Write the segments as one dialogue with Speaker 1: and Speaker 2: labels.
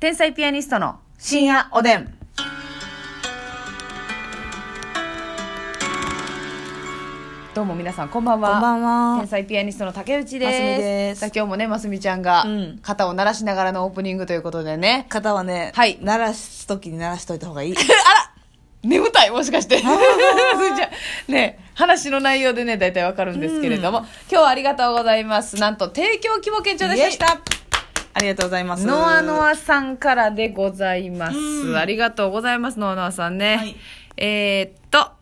Speaker 1: 天才ピアニストの深夜おでん。どうも皆さんこんばんは。
Speaker 2: こんばんは
Speaker 1: 天才ピアニストの竹内です。
Speaker 2: ますみです
Speaker 1: さあ今日もね、ますみちゃんが
Speaker 2: うん
Speaker 1: 肩を鳴らしながらのオープニングということでね。
Speaker 2: 方はね、
Speaker 1: はい
Speaker 2: 鳴らす時に鳴らしといた方がい い。
Speaker 1: 眠たいもしかして。それじゃあ ね、話の内容でね、大体わかるんですけれども、今日はありがとうございます。なんと、提供希望券頂戴しました。
Speaker 2: ありがとうございます。
Speaker 1: ノアノ
Speaker 2: ア。
Speaker 1: アさんからでございま
Speaker 2: う
Speaker 1: す。
Speaker 2: ん
Speaker 1: ありがとうございます、ノアノアさんね。
Speaker 2: はい
Speaker 1: えーっと、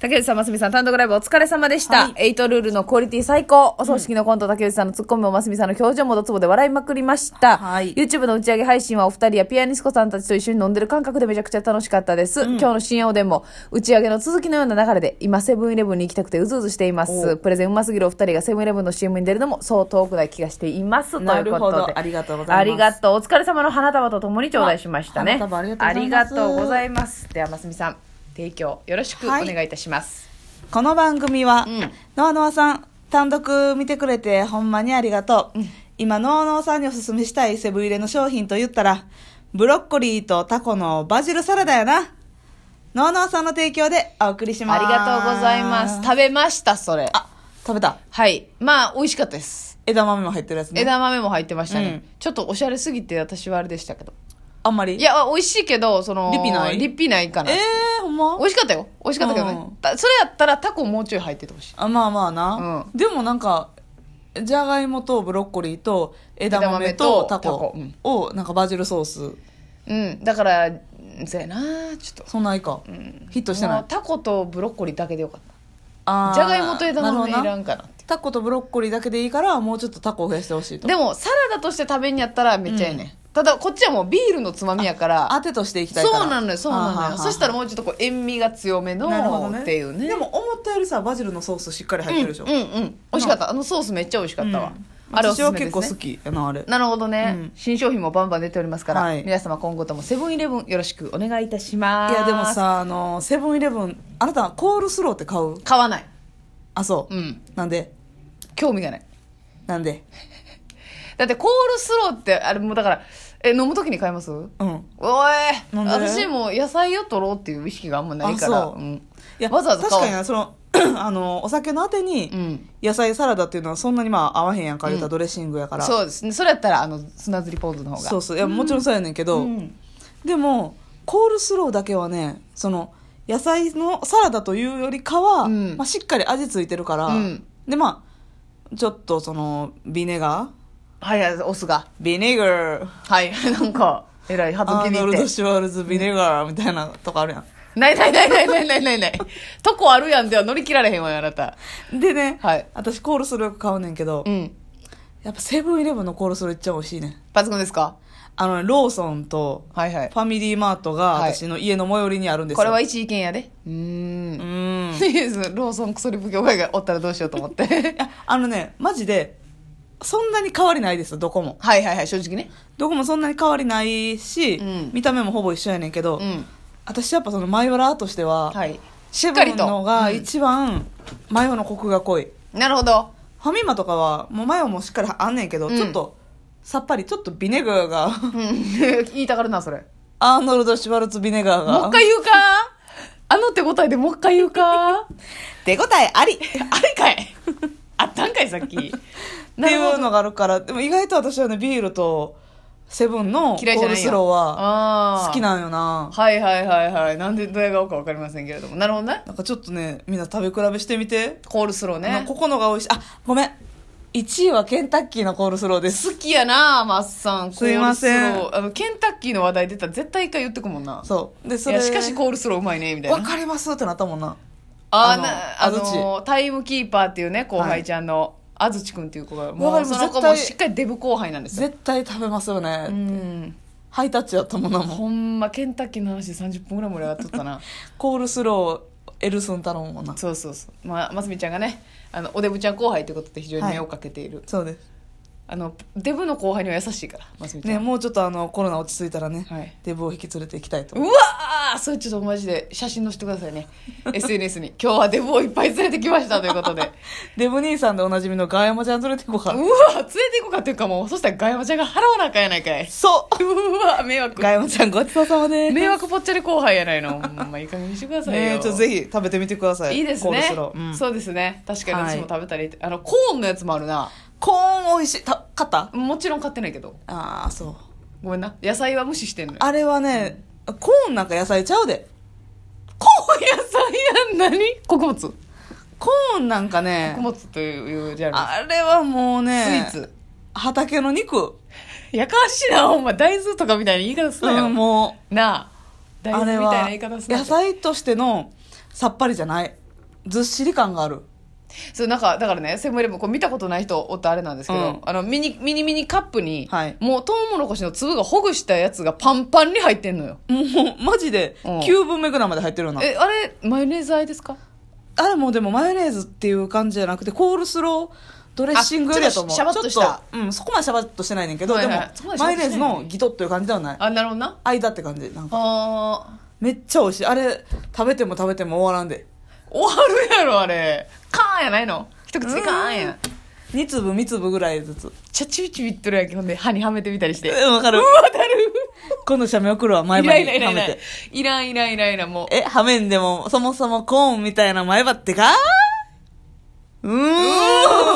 Speaker 1: 竹内さん、ますみさん、単独ライブお疲れ様でした。
Speaker 2: はい
Speaker 1: エイトルールのクオリティ最高。お葬式のコント、竹内さんのツッコミもますみさんの表情もドツボで笑いまくりました。
Speaker 2: はい
Speaker 1: YouTube の打ち上げ配信はお二人やピアニスコさんたちと一緒に飲んでる感覚でめちゃくちゃ楽しかったです。今日の深夜おでんも打ち上げの続きのような流れで、今セブンイレブンに行きたくてうずうずしていま
Speaker 2: お
Speaker 1: す。
Speaker 2: う
Speaker 1: プレゼンうますぎるお二人がセブンイレブンの CM に出るのもそう遠くない気がしています。
Speaker 2: なるほど
Speaker 1: ということで
Speaker 2: ありがとうございます
Speaker 1: ありがとう。お疲れ様の花束とともに頂戴しましたね。
Speaker 2: あ花束ありがとう
Speaker 1: ありがとう
Speaker 2: ございます
Speaker 1: ございます。では、ますみさん、提供よろしくお願いいたします。
Speaker 2: この番組は、
Speaker 1: うん
Speaker 2: ノアノアさん、単独見てくれてほんまにありがとう。今、ノアノアさんにおすすめしたいセブン入れの商品と言ったら、ブロッコリーとタコのバジルサラダやな。ノアノアさんの提供でお送りしま
Speaker 1: あ
Speaker 2: す。
Speaker 1: りがとうございます。食べました、それ。
Speaker 2: あ、食べた。
Speaker 1: はい。まあ、美味しかったです。
Speaker 2: 枝豆も入ってるやつね。
Speaker 1: 枝豆も入ってましたね、
Speaker 2: うん
Speaker 1: ちょっとおしゃれすぎて私はあれでしたけど。
Speaker 2: あんまり
Speaker 1: い、や、美味しいけど、その、
Speaker 2: リピない
Speaker 1: リピないかな。
Speaker 2: えー、ほんま
Speaker 1: 美味しかったよ。美味しかったけどね。
Speaker 2: うん
Speaker 1: たそれやったらタコもうちょい入っててほしい。
Speaker 2: あまあまあな、でもなんかじゃがいもとブロッコリーと枝豆と
Speaker 1: 枝豆と
Speaker 2: タコ
Speaker 1: タ
Speaker 2: をなんかバジルソース
Speaker 1: うん。だから、うんそうやなちょっと。
Speaker 2: そんないか、ヒットして
Speaker 1: も
Speaker 2: な
Speaker 1: う
Speaker 2: い
Speaker 1: タコとブロッコリーだけでよかった。
Speaker 2: あー
Speaker 1: じゃがいもと枝豆い
Speaker 2: なるほ
Speaker 1: ら
Speaker 2: どなん
Speaker 1: かなって
Speaker 2: タコとブロッコリーだけでいいからもうちょっとタコを増やしてほしいと
Speaker 1: でもサラダとして食べんやったらめっちゃいいね、ただこっちはもうビールのつまみやから
Speaker 2: 当てとしていきたいから
Speaker 1: そうなのよそうなのよそしたら
Speaker 2: も
Speaker 1: もうちょっとこう塩味が強めの
Speaker 2: なるほどね
Speaker 1: っていうね
Speaker 2: でも思ったよりさバジルのソースしっかり入ってるでしょ、
Speaker 1: うんうん美味しかったあのソースめっちゃ美味しかったわ、あれおすす
Speaker 2: 私
Speaker 1: め
Speaker 2: は
Speaker 1: です、ね、
Speaker 2: 結構好きやなあれ
Speaker 1: なるほどね、
Speaker 2: うん
Speaker 1: 新商品もバンバン出ておりますから、
Speaker 2: はい
Speaker 1: 皆様今後ともセブンイレブンよろしくお願いいたしま
Speaker 2: い
Speaker 1: す
Speaker 2: やでもさあのセブンイレブンあなたコールスローって買う
Speaker 1: 買わない
Speaker 2: あそう、
Speaker 1: うん
Speaker 2: なんで
Speaker 1: 興味がない
Speaker 2: なんで
Speaker 1: だってコールスローってあれもうだからえ飲む時に買います
Speaker 2: うん
Speaker 1: おい
Speaker 2: なんで
Speaker 1: 私も野菜を取ろうっていう意識があんまないから
Speaker 2: あそうんいや
Speaker 1: わざわざ買おう
Speaker 2: 確かになその あのお酒のあて
Speaker 1: う
Speaker 2: に
Speaker 1: ん
Speaker 2: 野菜サラダっていうのはそんなにまあ合わへんやんか、言うたらドレッシングやから
Speaker 1: そうですねそれやったらあの砂ずりポン酢の方が
Speaker 2: そうそういやもちろんそうやねんけど、
Speaker 1: うん
Speaker 2: でもコールスローだけはねその野菜のサラダというよりかは、
Speaker 1: うん
Speaker 2: まあ、しっかり味ついてるから、
Speaker 1: うん
Speaker 2: でまあちょっとそのビネガー
Speaker 1: はいはいお酢が
Speaker 2: ビネガー
Speaker 1: はい なんかえらい
Speaker 2: ア
Speaker 1: はず
Speaker 2: ー
Speaker 1: きに
Speaker 2: ノ
Speaker 1: い
Speaker 2: ル
Speaker 1: て
Speaker 2: ド・シュワルツビネガーみたいなとこあるや
Speaker 1: ないないないないないないないないとこあるやんでは乗り切られへんわよあなた
Speaker 2: んでね、
Speaker 1: はい
Speaker 2: 私コールスローよく買うねんけど、
Speaker 1: うん
Speaker 2: やっぱセブンイレブンのコールスローいっちゃ美味しいねん
Speaker 1: 抜群ですか
Speaker 2: あのねローソンと
Speaker 1: はいはい
Speaker 2: ファミリーマートが
Speaker 1: はい
Speaker 2: 私の家の最寄りにあるんですよ。
Speaker 1: これは一意見やでうー
Speaker 2: うんん。い
Speaker 1: ローソンクソリプ業界がおったらどうしようと思って
Speaker 2: や、あのね、マジで、そんなに変わりないですよ、どこも。
Speaker 1: はいはいはい正直ね
Speaker 2: どこもそんなに変わりないし、
Speaker 1: うん
Speaker 2: 見た目もほぼ一緒やねんけど、
Speaker 1: うん
Speaker 2: 私やっぱそのマヨラーとしては、
Speaker 1: はいし
Speaker 2: シ
Speaker 1: っ
Speaker 2: ェ
Speaker 1: か
Speaker 2: ブ
Speaker 1: り
Speaker 2: ン
Speaker 1: と
Speaker 2: のが
Speaker 1: うん
Speaker 2: 一番マヨのコクが濃い。
Speaker 1: なるほど
Speaker 2: ファミマとかは、もうマヨもしっかりあんねんけど、
Speaker 1: うん
Speaker 2: ちょっと、さっぱり、ちょっとビネガーが、
Speaker 1: うん 言いたがるなそれ
Speaker 2: アーノルド・シュワルツ・ビネガーが。
Speaker 1: もう一回言うかあの手応えでもう一回言うかあ
Speaker 2: 手応え あり
Speaker 1: れかいあったんかいさっ き
Speaker 2: っていう
Speaker 1: なる
Speaker 2: のがあるからでも意外と私はねビールとセブン
Speaker 1: ほど
Speaker 2: のコ
Speaker 1: 嫌いじゃ
Speaker 2: ー
Speaker 1: な
Speaker 2: ル
Speaker 1: い
Speaker 2: スローは
Speaker 1: は
Speaker 2: 好きなんよな
Speaker 1: はいはいはいはいなんでどや顔か分かりませんけれどもなるほどね
Speaker 2: なんかちょっとねみんな食べ比べしてみて、
Speaker 1: コールスロー
Speaker 2: あ
Speaker 1: ね
Speaker 2: のここのが美味しいあごめん1位はケンタッキーのコールスローです
Speaker 1: 好きやなマッサン
Speaker 2: すいません
Speaker 1: コールスローあのケンタッキーの話題出たら絶対一回言ってくもんな
Speaker 2: そうで
Speaker 1: い
Speaker 2: それ
Speaker 1: やしかしコールスローうまいねみたいな
Speaker 2: わかりますってなったもんな
Speaker 1: あ
Speaker 2: あの
Speaker 1: なあの
Speaker 2: 安
Speaker 1: タイムキーパーっていうね後輩ちゃんの、安土君っていう子がも
Speaker 2: わか
Speaker 1: う
Speaker 2: り
Speaker 1: そ
Speaker 2: ます
Speaker 1: の子
Speaker 2: 絶
Speaker 1: も
Speaker 2: 対
Speaker 1: しっかりデブ後輩なんですよ
Speaker 2: 絶対食べますよね、
Speaker 1: うん
Speaker 2: ハイタッチやったもんなもう
Speaker 1: ほんまケンタッキーの話で30分ぐらい盛り上がっとったな
Speaker 2: コールスローエルスン頼むもんな
Speaker 1: そうそうそうまあますみちゃんがねあのおデブちゃん後輩ということで非常に目をかけている、
Speaker 2: そうです
Speaker 1: あのデブの後輩には優しいからますみちゃん
Speaker 2: ね、もうちょっとあの、コロナ落ち着いたらね、
Speaker 1: はい
Speaker 2: デブを引き連れていきたいと
Speaker 1: う。わーそれちょっとマジで写真載せてください ね SNS に今日はデブをいっぱい連れてきましたということでうわ
Speaker 2: デブ兄さんでおなじみのガーヤマちゃん連れて行こうか。
Speaker 1: ー連れて行こうかっていうかもうそしたらガヤマちゃんが払わなあかんやないかい
Speaker 2: そう
Speaker 1: わー迷惑
Speaker 2: う ガーヤマちゃんごちそうさまです。
Speaker 1: 迷惑ぽっちゃり後輩やないのほんまいい加減にしてくださいよ
Speaker 2: ねえ、ちょっとぜひ食べてみてください。
Speaker 1: いいです
Speaker 2: コール
Speaker 1: ね
Speaker 2: スローうん
Speaker 1: そうですね確かに私も食べたり、あのコーンのやつもあるな
Speaker 2: コーン美味しい。た、買った
Speaker 1: もちろん買ってないけど
Speaker 2: ああ、そう。
Speaker 1: ごめんな野菜は無視してんのよ
Speaker 2: あれはね、コーンなんか野菜ちゃうで。
Speaker 1: コーン野菜やん何穀物穀
Speaker 2: コーンなんかね、
Speaker 1: 物というジャンル
Speaker 2: あれはもうね、
Speaker 1: スイーツ
Speaker 2: 畑の肉。
Speaker 1: やかましいなほんま大豆とかみたいな言い方すなよ、
Speaker 2: うん、も
Speaker 1: なあ
Speaker 2: う、
Speaker 1: 大
Speaker 2: あ
Speaker 1: 豆
Speaker 2: れ
Speaker 1: みた
Speaker 2: はい
Speaker 1: な言い方すな
Speaker 2: 野菜としてのさっぱりじゃない。ずっしり感がある。
Speaker 1: そうなんかだからねセブンイレブンこう見たことない人おったらあれなんですけど、
Speaker 2: うん
Speaker 1: あのミニミニミニカップに、
Speaker 2: はい
Speaker 1: もうトウモロコシの粒がほぐしたやつがパンパンに入ってんのよ
Speaker 2: もう、マジで、
Speaker 1: うん
Speaker 2: 9分目ぐらいまで入ってるような。
Speaker 1: えあれマヨネーズあえですか
Speaker 2: あれもうでもマヨネーズっていう感じじゃなくて、コールスロー、ドレッシングよりだと思う。
Speaker 1: あちょっとシャバッとした
Speaker 2: ちょっとうん、そこまでシャバッとしてないねんけど、
Speaker 1: はい
Speaker 2: で
Speaker 1: はい
Speaker 2: も
Speaker 1: そこまで、シャ
Speaker 2: マ
Speaker 1: バッ
Speaker 2: ヨ
Speaker 1: と
Speaker 2: ネ
Speaker 1: して
Speaker 2: ー
Speaker 1: な
Speaker 2: ズ
Speaker 1: い
Speaker 2: のギトっていう感じではない。
Speaker 1: あなるほどな
Speaker 2: 間って感じ。なんか、
Speaker 1: あ
Speaker 2: めっちゃ美味しい。あれ、食べても食べても終わらん
Speaker 1: ー
Speaker 2: で。
Speaker 1: 終わるやろあれカーンやないの一口でカーンやん
Speaker 2: 2粒3粒ぐらいずつ
Speaker 1: ちゃちびちびっとるやんけほんで歯にはめてみたりして
Speaker 2: えわかる
Speaker 1: わかる
Speaker 2: 今度写メ送るわ前
Speaker 1: い
Speaker 2: 歯
Speaker 1: らん
Speaker 2: に
Speaker 1: いらんいら
Speaker 2: は
Speaker 1: んいらんいらんいらんい
Speaker 2: めて
Speaker 1: らんいらんもう
Speaker 2: えはめんでもそもそもコーンみたいな前歯ってかうー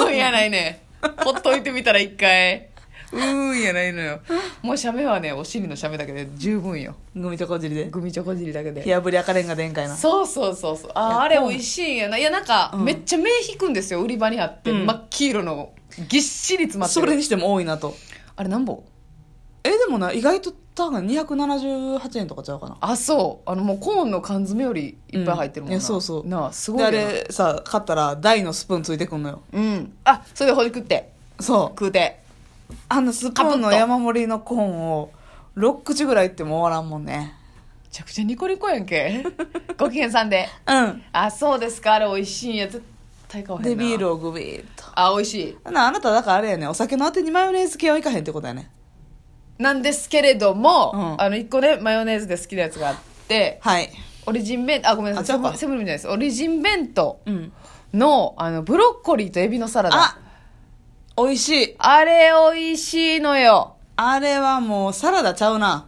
Speaker 2: ん
Speaker 1: うーんやないねほっといてみたら一回うーんやないのよもうシャメはねお尻のシャメだけで十分よ
Speaker 2: グミチョコ尻で
Speaker 1: グミチョコ尻だけで
Speaker 2: 火あぶり赤レンガでんかいな
Speaker 1: そうそうそうそうあーあ
Speaker 2: いや
Speaker 1: れ美味しいんやないやなんか、
Speaker 2: うん
Speaker 1: めっちゃ目引くんですよ売り場にあって、
Speaker 2: うん
Speaker 1: 真っ黄色のぎっしり詰まって
Speaker 2: そ
Speaker 1: る
Speaker 2: れにしても多いなと
Speaker 1: あれ何本
Speaker 2: えでもな意外と多分278円とかちゃうかな
Speaker 1: あそうあのもうコーンの缶詰よりいっぱい入ってるもんな、
Speaker 2: うんいやそうそう
Speaker 1: なあすごい
Speaker 2: で
Speaker 1: よ
Speaker 2: あ
Speaker 1: な
Speaker 2: れさ買ったら大のスプーンついてくんのよ
Speaker 1: うんあそれでほじくって
Speaker 2: そう
Speaker 1: 食うて
Speaker 2: あのスプーンの山盛りのコーンを6口ぐらいいっても終わらんもんね
Speaker 1: めちゃくちゃニコニコやん けご機嫌さんで
Speaker 2: うん
Speaker 1: あそうですかあれ美味しいんや絶対買わへんな
Speaker 2: でビールをグビーっと
Speaker 1: あ美味しい
Speaker 2: あなあなただからあれやねお酒のあてにマヨネーズ系はいかへんってことやね
Speaker 1: なんですけれども、
Speaker 2: うん
Speaker 1: あの1個ねマヨネーズで好きなやつがあって
Speaker 2: はい
Speaker 1: オリジン弁あごめんな
Speaker 2: あ
Speaker 1: さい
Speaker 2: 違うか
Speaker 1: セブンイレブンじゃないですオリジン弁当
Speaker 2: うん
Speaker 1: のあのブロッコリーとエビのサラダ
Speaker 2: あ美味しい
Speaker 1: あれ美味しいのよ
Speaker 2: あれはもうサラダちゃうな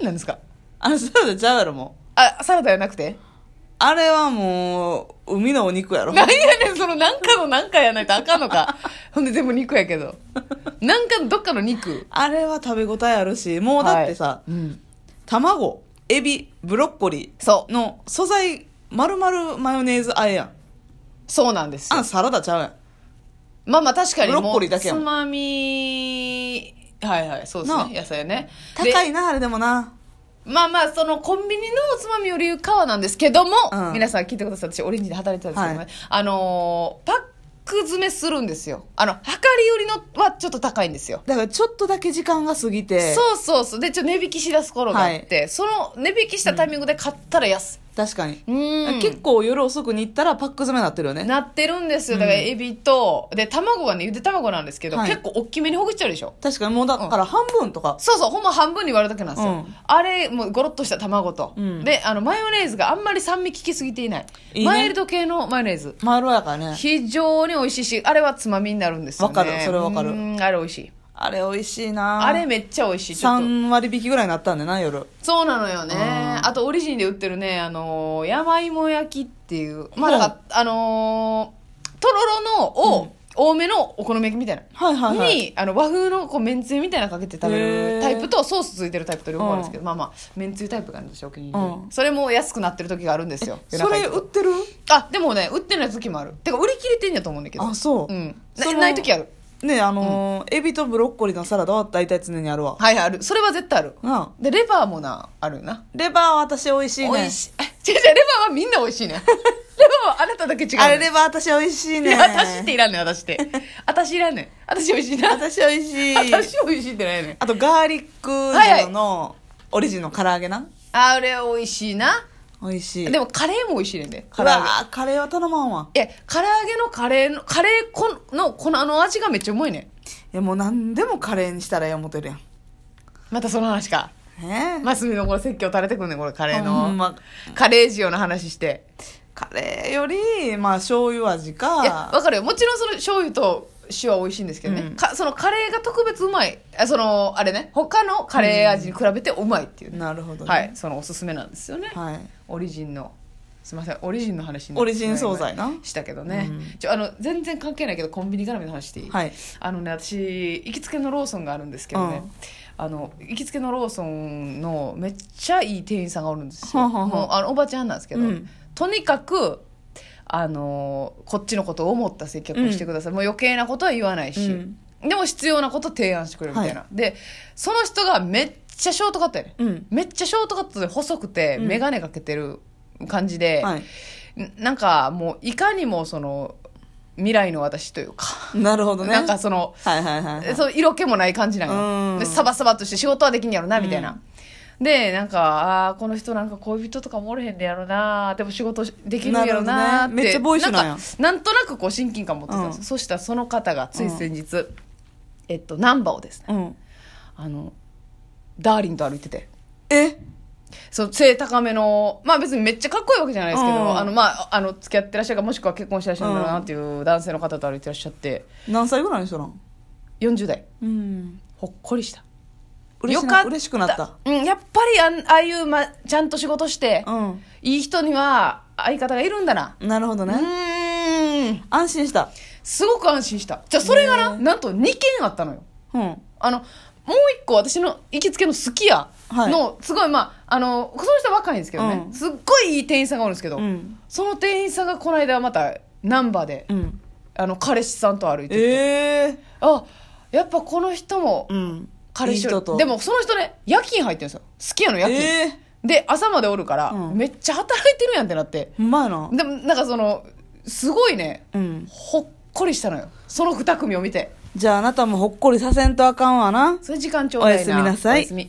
Speaker 1: 何ですか
Speaker 2: あのサラダちゃうやろもう
Speaker 1: あサラダじゃなくて
Speaker 2: あれはもう海のお肉やろ
Speaker 1: なんやねん、そのなんかのなんかやないとあかんの か。ほんで全部肉やけど。なんかのどっかの肉。
Speaker 2: あれは食べ応えあるしもうだってさ、
Speaker 1: はいうん
Speaker 2: 卵エビブロッコリ
Speaker 1: そ
Speaker 2: ーの素材丸々マヨネーズあえやん
Speaker 1: う。そうなんですよ
Speaker 2: あんサラダちゃうやん
Speaker 1: まあまあ確かにもう
Speaker 2: ブロッコリーだけや
Speaker 1: つ
Speaker 2: もん
Speaker 1: まみ、はいはい、そうです
Speaker 2: なあ
Speaker 1: ね。野菜ね。で
Speaker 2: 高いなあれでもな
Speaker 1: まあまあ、そのコンビニのおつまみよりかはなんですけども、
Speaker 2: うん
Speaker 1: 皆さん聞いてください。私オレンジで働いてたんですけどね。あのーパック詰めするんですよ。あの、量り売りのはちょっと高いんですよ。
Speaker 2: だからちょっとだけ時間が過ぎて
Speaker 1: そうそうそう。で、ちょっと値引きしだす頃があって、その値引きしたタイミングで買ったら安い。
Speaker 2: 確かに、
Speaker 1: うん
Speaker 2: 結構夜遅くに行ったらパック詰めになってるよね
Speaker 1: なってるんですよだからエビと、で卵はねゆで卵なんですけど、
Speaker 2: はい
Speaker 1: 結構大きめにほぐしちゃうでしょ
Speaker 2: 確かにもうだから半分とか、
Speaker 1: そうそうほんま半分に割るだけなんですよ、
Speaker 2: うん
Speaker 1: あれもうゴロッとした卵と、
Speaker 2: うん
Speaker 1: であのマヨネーズがあんまり酸味効きすぎていない
Speaker 2: いいね
Speaker 1: マイルド系のマヨネーズ
Speaker 2: まろやからね
Speaker 1: 非常に美味しいしあれはつまみになるんですよね
Speaker 2: わかるそれわかる
Speaker 1: うんあれ美味しい
Speaker 2: あれ美味しいな
Speaker 1: あれめっちゃ美味しいちょっと
Speaker 2: 3割引きぐらいになったんでな夜
Speaker 1: そうなのよね。
Speaker 2: うん
Speaker 1: あと、オリジンで売ってるね、あのー山芋焼きっていう、まあ、なんか、あのーとろろのを、多めのお好み焼きみたいな。
Speaker 2: はいはいはい
Speaker 1: に、あの、和風のこう、めんつゆみたいなのかけて食べ
Speaker 2: へー
Speaker 1: るタイプと、ソースついてるタイプと両方あるんですけど、
Speaker 2: う
Speaker 1: まあまあ、めんつゆタイプがあるんですよ、お気に入りで、
Speaker 2: うん
Speaker 1: それも安くなってる時があるんですよ。夜
Speaker 2: そ
Speaker 1: 中
Speaker 2: れ
Speaker 1: 行くと
Speaker 2: 売ってる
Speaker 1: あ、でもね、売ってない時もある。てか、売り切れてんやと思うんだけど。
Speaker 2: あそう、
Speaker 1: うん。
Speaker 2: そ
Speaker 1: な
Speaker 2: の
Speaker 1: ない時ある。
Speaker 2: ねあのーエビとブロッコリーのサラダは大体常にあるわ
Speaker 1: はいはい、ある。それは絶対ある。
Speaker 2: なあ
Speaker 1: で、レバーもな、あるよな。
Speaker 2: レバーは私美味しいね
Speaker 1: 美味しい。 え違う違う、レバーはみんな美味し いね。レバーはあなただけ違う、ね。
Speaker 2: あれレバー私美味しい
Speaker 1: い
Speaker 2: ね
Speaker 1: や、私っていらんねん、私 って。私いらんねん。私美味しいな。
Speaker 2: 私美味しい
Speaker 1: 私美味しいってないねん。
Speaker 2: あとガーリックジェロのオリジンの唐揚げな、
Speaker 1: あれ美味しいな。
Speaker 2: 美味しい。
Speaker 1: でもカレーも美味しいねんで。
Speaker 2: うわーカレーは頼まんわ。
Speaker 1: え、唐揚げのカレーの、カレー粉の、このあの味がめっちゃうまいねん。
Speaker 2: いや、もう何でもカレーにしたらええ思てるやん。
Speaker 1: またその話か。
Speaker 2: ねえ。
Speaker 1: マスミのこれ説教垂れてくんねん、これカレー
Speaker 2: ほ
Speaker 1: の。
Speaker 2: んま
Speaker 1: カレー塩の話して。
Speaker 2: カレーより、まあ、醤油味
Speaker 1: いや、
Speaker 2: か。
Speaker 1: わかるよ。もちろんその醤油と塩は美味しいんですけどね。
Speaker 2: うん
Speaker 1: かそのカレーが特別うまい。あその、あれね、他のカレー味に比べてうまいっていうね。
Speaker 2: なるほど、ね。
Speaker 1: はい、そのおすすめなんですよね。
Speaker 2: はい。
Speaker 1: オリジンの。すみませんオリジンの話に
Speaker 2: オリジン惣菜な
Speaker 1: したけどね、
Speaker 2: うん
Speaker 1: ちょあの全然関係ないけどコンビニ絡みの話していい、
Speaker 2: はい
Speaker 1: あのね私行きつけのローソンがあるんですけどね、
Speaker 2: うん
Speaker 1: あの行きつけのローソンのめっちゃいい店員さんがおるんですよ
Speaker 2: はあはあはあ
Speaker 1: もうあのおばちゃんなんですけど、
Speaker 2: うん
Speaker 1: とにかくあのこっちのことを思った接客をしてください、もう余計なことは言わないし、
Speaker 2: うん
Speaker 1: でも必要なことを提案してくれるみたいな、
Speaker 2: は
Speaker 1: でその人がめっちゃショートカットやね、
Speaker 2: うん
Speaker 1: めっちゃショートカットで細くて、
Speaker 2: うん
Speaker 1: 眼鏡かけてる感じで、
Speaker 2: はい。
Speaker 1: んなんかもういかにもその未来の私というか、
Speaker 2: なるほどね。
Speaker 1: なんかその
Speaker 2: はいはいはいはい。
Speaker 1: その色気もない感じなん
Speaker 2: うん
Speaker 1: よでサバサバとして仕事はできんやろなみたいな、でなんかあーこの人なんか恋人とかもおれへんねやろなでも仕事できるんやろなって
Speaker 2: なるほどねめっちゃボーイッシュなんや
Speaker 1: なんかなんとなくこう親近感持ってたんですよ、
Speaker 2: うん
Speaker 1: そしたらその方がつい先日、えっと難波をですね
Speaker 2: うん。
Speaker 1: あのダーリンと歩いてて
Speaker 2: え
Speaker 1: その背高めのまあ別にめっちゃかっこいいわけじゃないですけど、
Speaker 2: うん
Speaker 1: あのまああの付き合ってらっしゃるかもしくは結婚してらっしゃるんだろうなっていう男性の方と歩いてらっしゃって
Speaker 2: 何歳ぐらいの人なん
Speaker 1: 40代
Speaker 2: うん。
Speaker 1: ほっこりした
Speaker 2: 嬉し
Speaker 1: よか
Speaker 2: な
Speaker 1: った
Speaker 2: 嬉しくなった。
Speaker 1: うん、やっぱりあんああいう、ま、ちゃんと仕事して、
Speaker 2: うん。
Speaker 1: いい人には相方がいるんだな。
Speaker 2: なるほど
Speaker 1: う
Speaker 2: ね。
Speaker 1: ーん。
Speaker 2: 安心した。
Speaker 1: すごく安心した。じゃあそれがな、なんと2件あったのよ。
Speaker 2: うん。
Speaker 1: あの、もう一個私の行きつけの好きやの、すごい、まあ、あの、その人は若いんですけどね、
Speaker 2: うん
Speaker 1: すっごいいい店員さんがおるんですけど、
Speaker 2: うん。
Speaker 1: その店員さんがこの間また、ナンバーで、
Speaker 2: うん。
Speaker 1: あの、彼氏さんと歩いてて、
Speaker 2: ええ
Speaker 1: あ、やっぱこの人も
Speaker 2: ー。、うん。
Speaker 1: 彼氏
Speaker 2: いい人と。
Speaker 1: でもその人ね、夜勤入ってるんですよ。好きやの夜勤。
Speaker 2: ええ
Speaker 1: で朝までおるから、
Speaker 2: うん
Speaker 1: めっちゃ働いてるやんってなって
Speaker 2: ー。うまいな。
Speaker 1: でもなんかそのすごいね
Speaker 2: うん。
Speaker 1: ほっこりしたのよその2組を見て
Speaker 2: じゃああなたもほっこりさせんとあかんわな。
Speaker 1: それ時間ちょうだいな
Speaker 2: おやすみなさい
Speaker 1: おやすみ